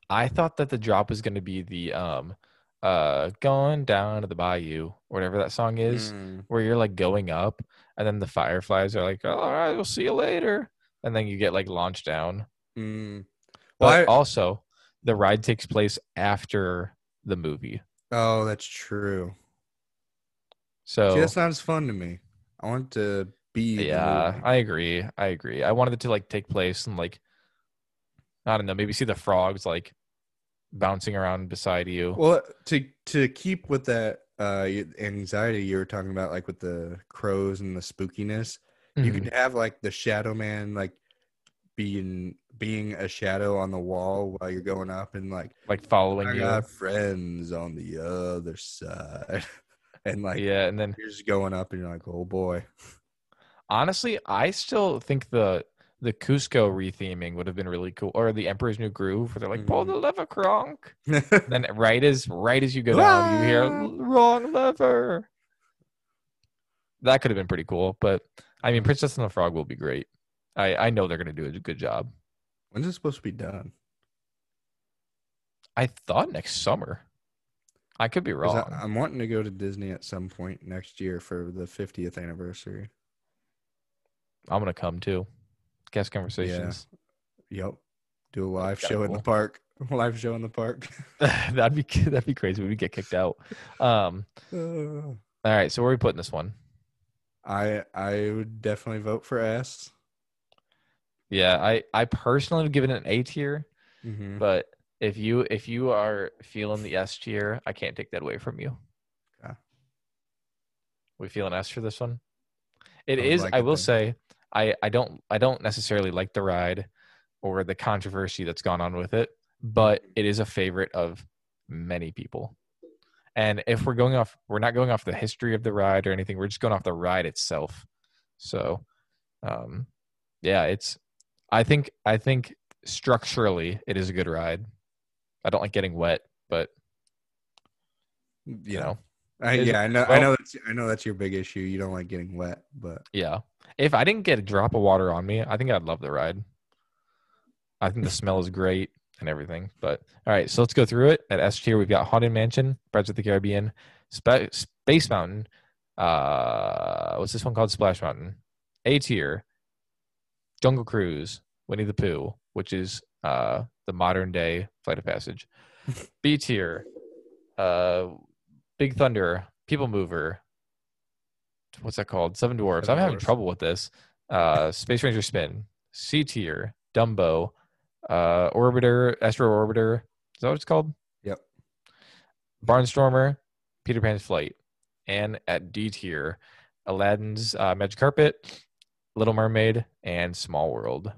S1: I thought that the drop was going to be the um uh going down to the bayou, whatever that song is,
S2: Mm,
S1: where you're like going up, and then the fireflies are like, all right, we'll see you later, and then you get like launched down.
S2: mm. Well,
S1: But
S2: I-
S1: also, the ride takes place after the movie,
S2: oh, that's true.
S1: so
S2: See, that's not as fun to me. I want to be. the
S1: yeah,
S2: movie.
S1: I agree, I agree. I wanted it to like take place and like I don't know, maybe see the frogs like bouncing around beside you.
S2: Well, to to keep with that uh, anxiety you were talking about, like with the crows and the spookiness, you
S1: Mhm.
S2: could have like the shadow man, like being being a shadow on the wall while you're going up, and like
S1: like following
S2: I
S1: you.
S2: got friends on the other side, and like
S1: yeah, and then
S2: you're just going up, and you're like, oh boy,
S1: Honestly, I still think the the Cusco retheming would have been really cool, or the Emperor's New Groove, where they're like, "Pull
S2: Mhm.
S1: the lever, Kronk." Then right as right as you go down, you hear
S2: Ah.
S1: "Wrong lever." That could have been pretty cool, but I mean, Princess and the Frog will be great. I I know they're gonna do a good job.
S2: when's it supposed to be done?
S1: I thought next summer. I could be
S2: 'Cause
S1: wrong.
S2: I, I'm wanting to go to Disney at some point next year for the 50th anniversary.
S1: I'm gonna come too. Guest conversations.
S2: Yep. Do a live
S1: kinda
S2: show in
S1: cool.
S2: the park. Live show in the park.
S1: that'd be that'd be crazy. We'd get kicked out. Um.
S2: Uh,
S1: All right. So where are we putting this one?
S2: I I would definitely vote for S.
S1: Yeah, I I personally would give it an A tier,
S2: Mhm.
S1: but if you if you are feeling the S tier, I can't take that away from you.
S2: Okay.
S1: We feel an S for this one. It
S2: I would
S1: is.
S2: like
S1: I
S2: it
S1: will
S2: then.
S1: say, I I don't I don't necessarily like the ride or the controversy that's gone on with it, but it is a favorite of many people. And if we're going off, we're not going off the history of the ride or anything. We're just going off the ride itself. So, um, yeah, it's. I think I think structurally it is a good ride. I don't like getting wet, but you
S2: yeah.
S1: know,
S2: I,
S1: is-
S2: yeah, I know I
S1: well-
S2: know that's I know that's your big issue. You don't like getting wet, but
S1: yeah. If I didn't get a drop of water on me, I think I'd love the ride. I think the smell is great and everything. But all right, so let's go through it. At S tier, we've got Haunted Mansion, Pirates of the Caribbean, Spa Space Mountain. Uh, what's this one called? Splash Mountain. A tier, Jungle Cruise, Winnie the Pooh, which is uh, the modern day Flight of Passage. B tier, uh, Big Thunder, People Mover. What's that called? Seven Dwarfs. i I'm
S2: Seven
S1: having
S2: Dwarfs.
S1: trouble with this. Uh, Space Ranger Spin, C tier, Dumbo, uh, Orbiter, Astro Orbiter. Is that what it's called?
S2: Yep.
S1: Barnstormer, Peter Pan's Flight, and at D tier, Aladdin's uh, Magic Carpet, Little Mermaid, and Small World.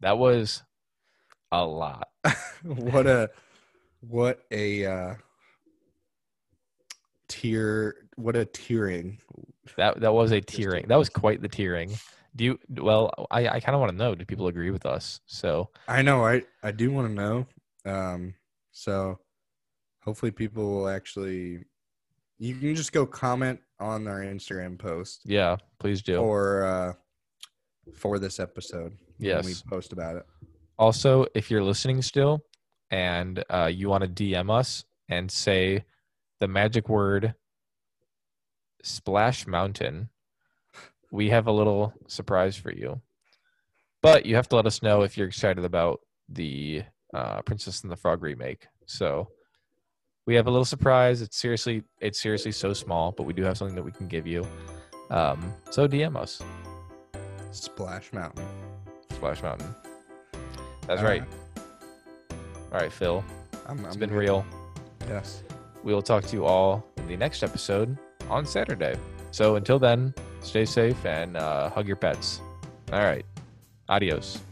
S1: That was a lot.
S2: what a what a uh tier what a tiering.
S1: That that was a
S2: a
S1: tearing. That was quite the tearing. Do you? Well, I I kind of want to know. Do people agree with us? So
S2: I know I I do want to know. Um so hopefully people will actually you can just go comment on our Instagram post
S1: yeah, please do.
S2: or uh, for this episode.
S1: Yes.
S2: When we post about it.
S1: Also, if you're listening still and uh, you want to DM us and say the magic word Splash Mountain, we have a little surprise for you. But you have to let us know if you're excited about the uh, Princess and the Frog remake. So we have a little surprise. It's seriously, it's seriously so small, but we do have something that we can give you. Um, so DM us,
S2: Splash Mountain.
S1: Splash Mountain. That's
S2: All
S1: right. All right, Phil.
S2: I'm,
S1: It's
S2: I'm
S1: been
S2: good.
S1: real.
S2: Yes.
S1: We will talk to you all in the next episode on Saturday. So until then, stay safe and uh, hug your pets. All right. Adios.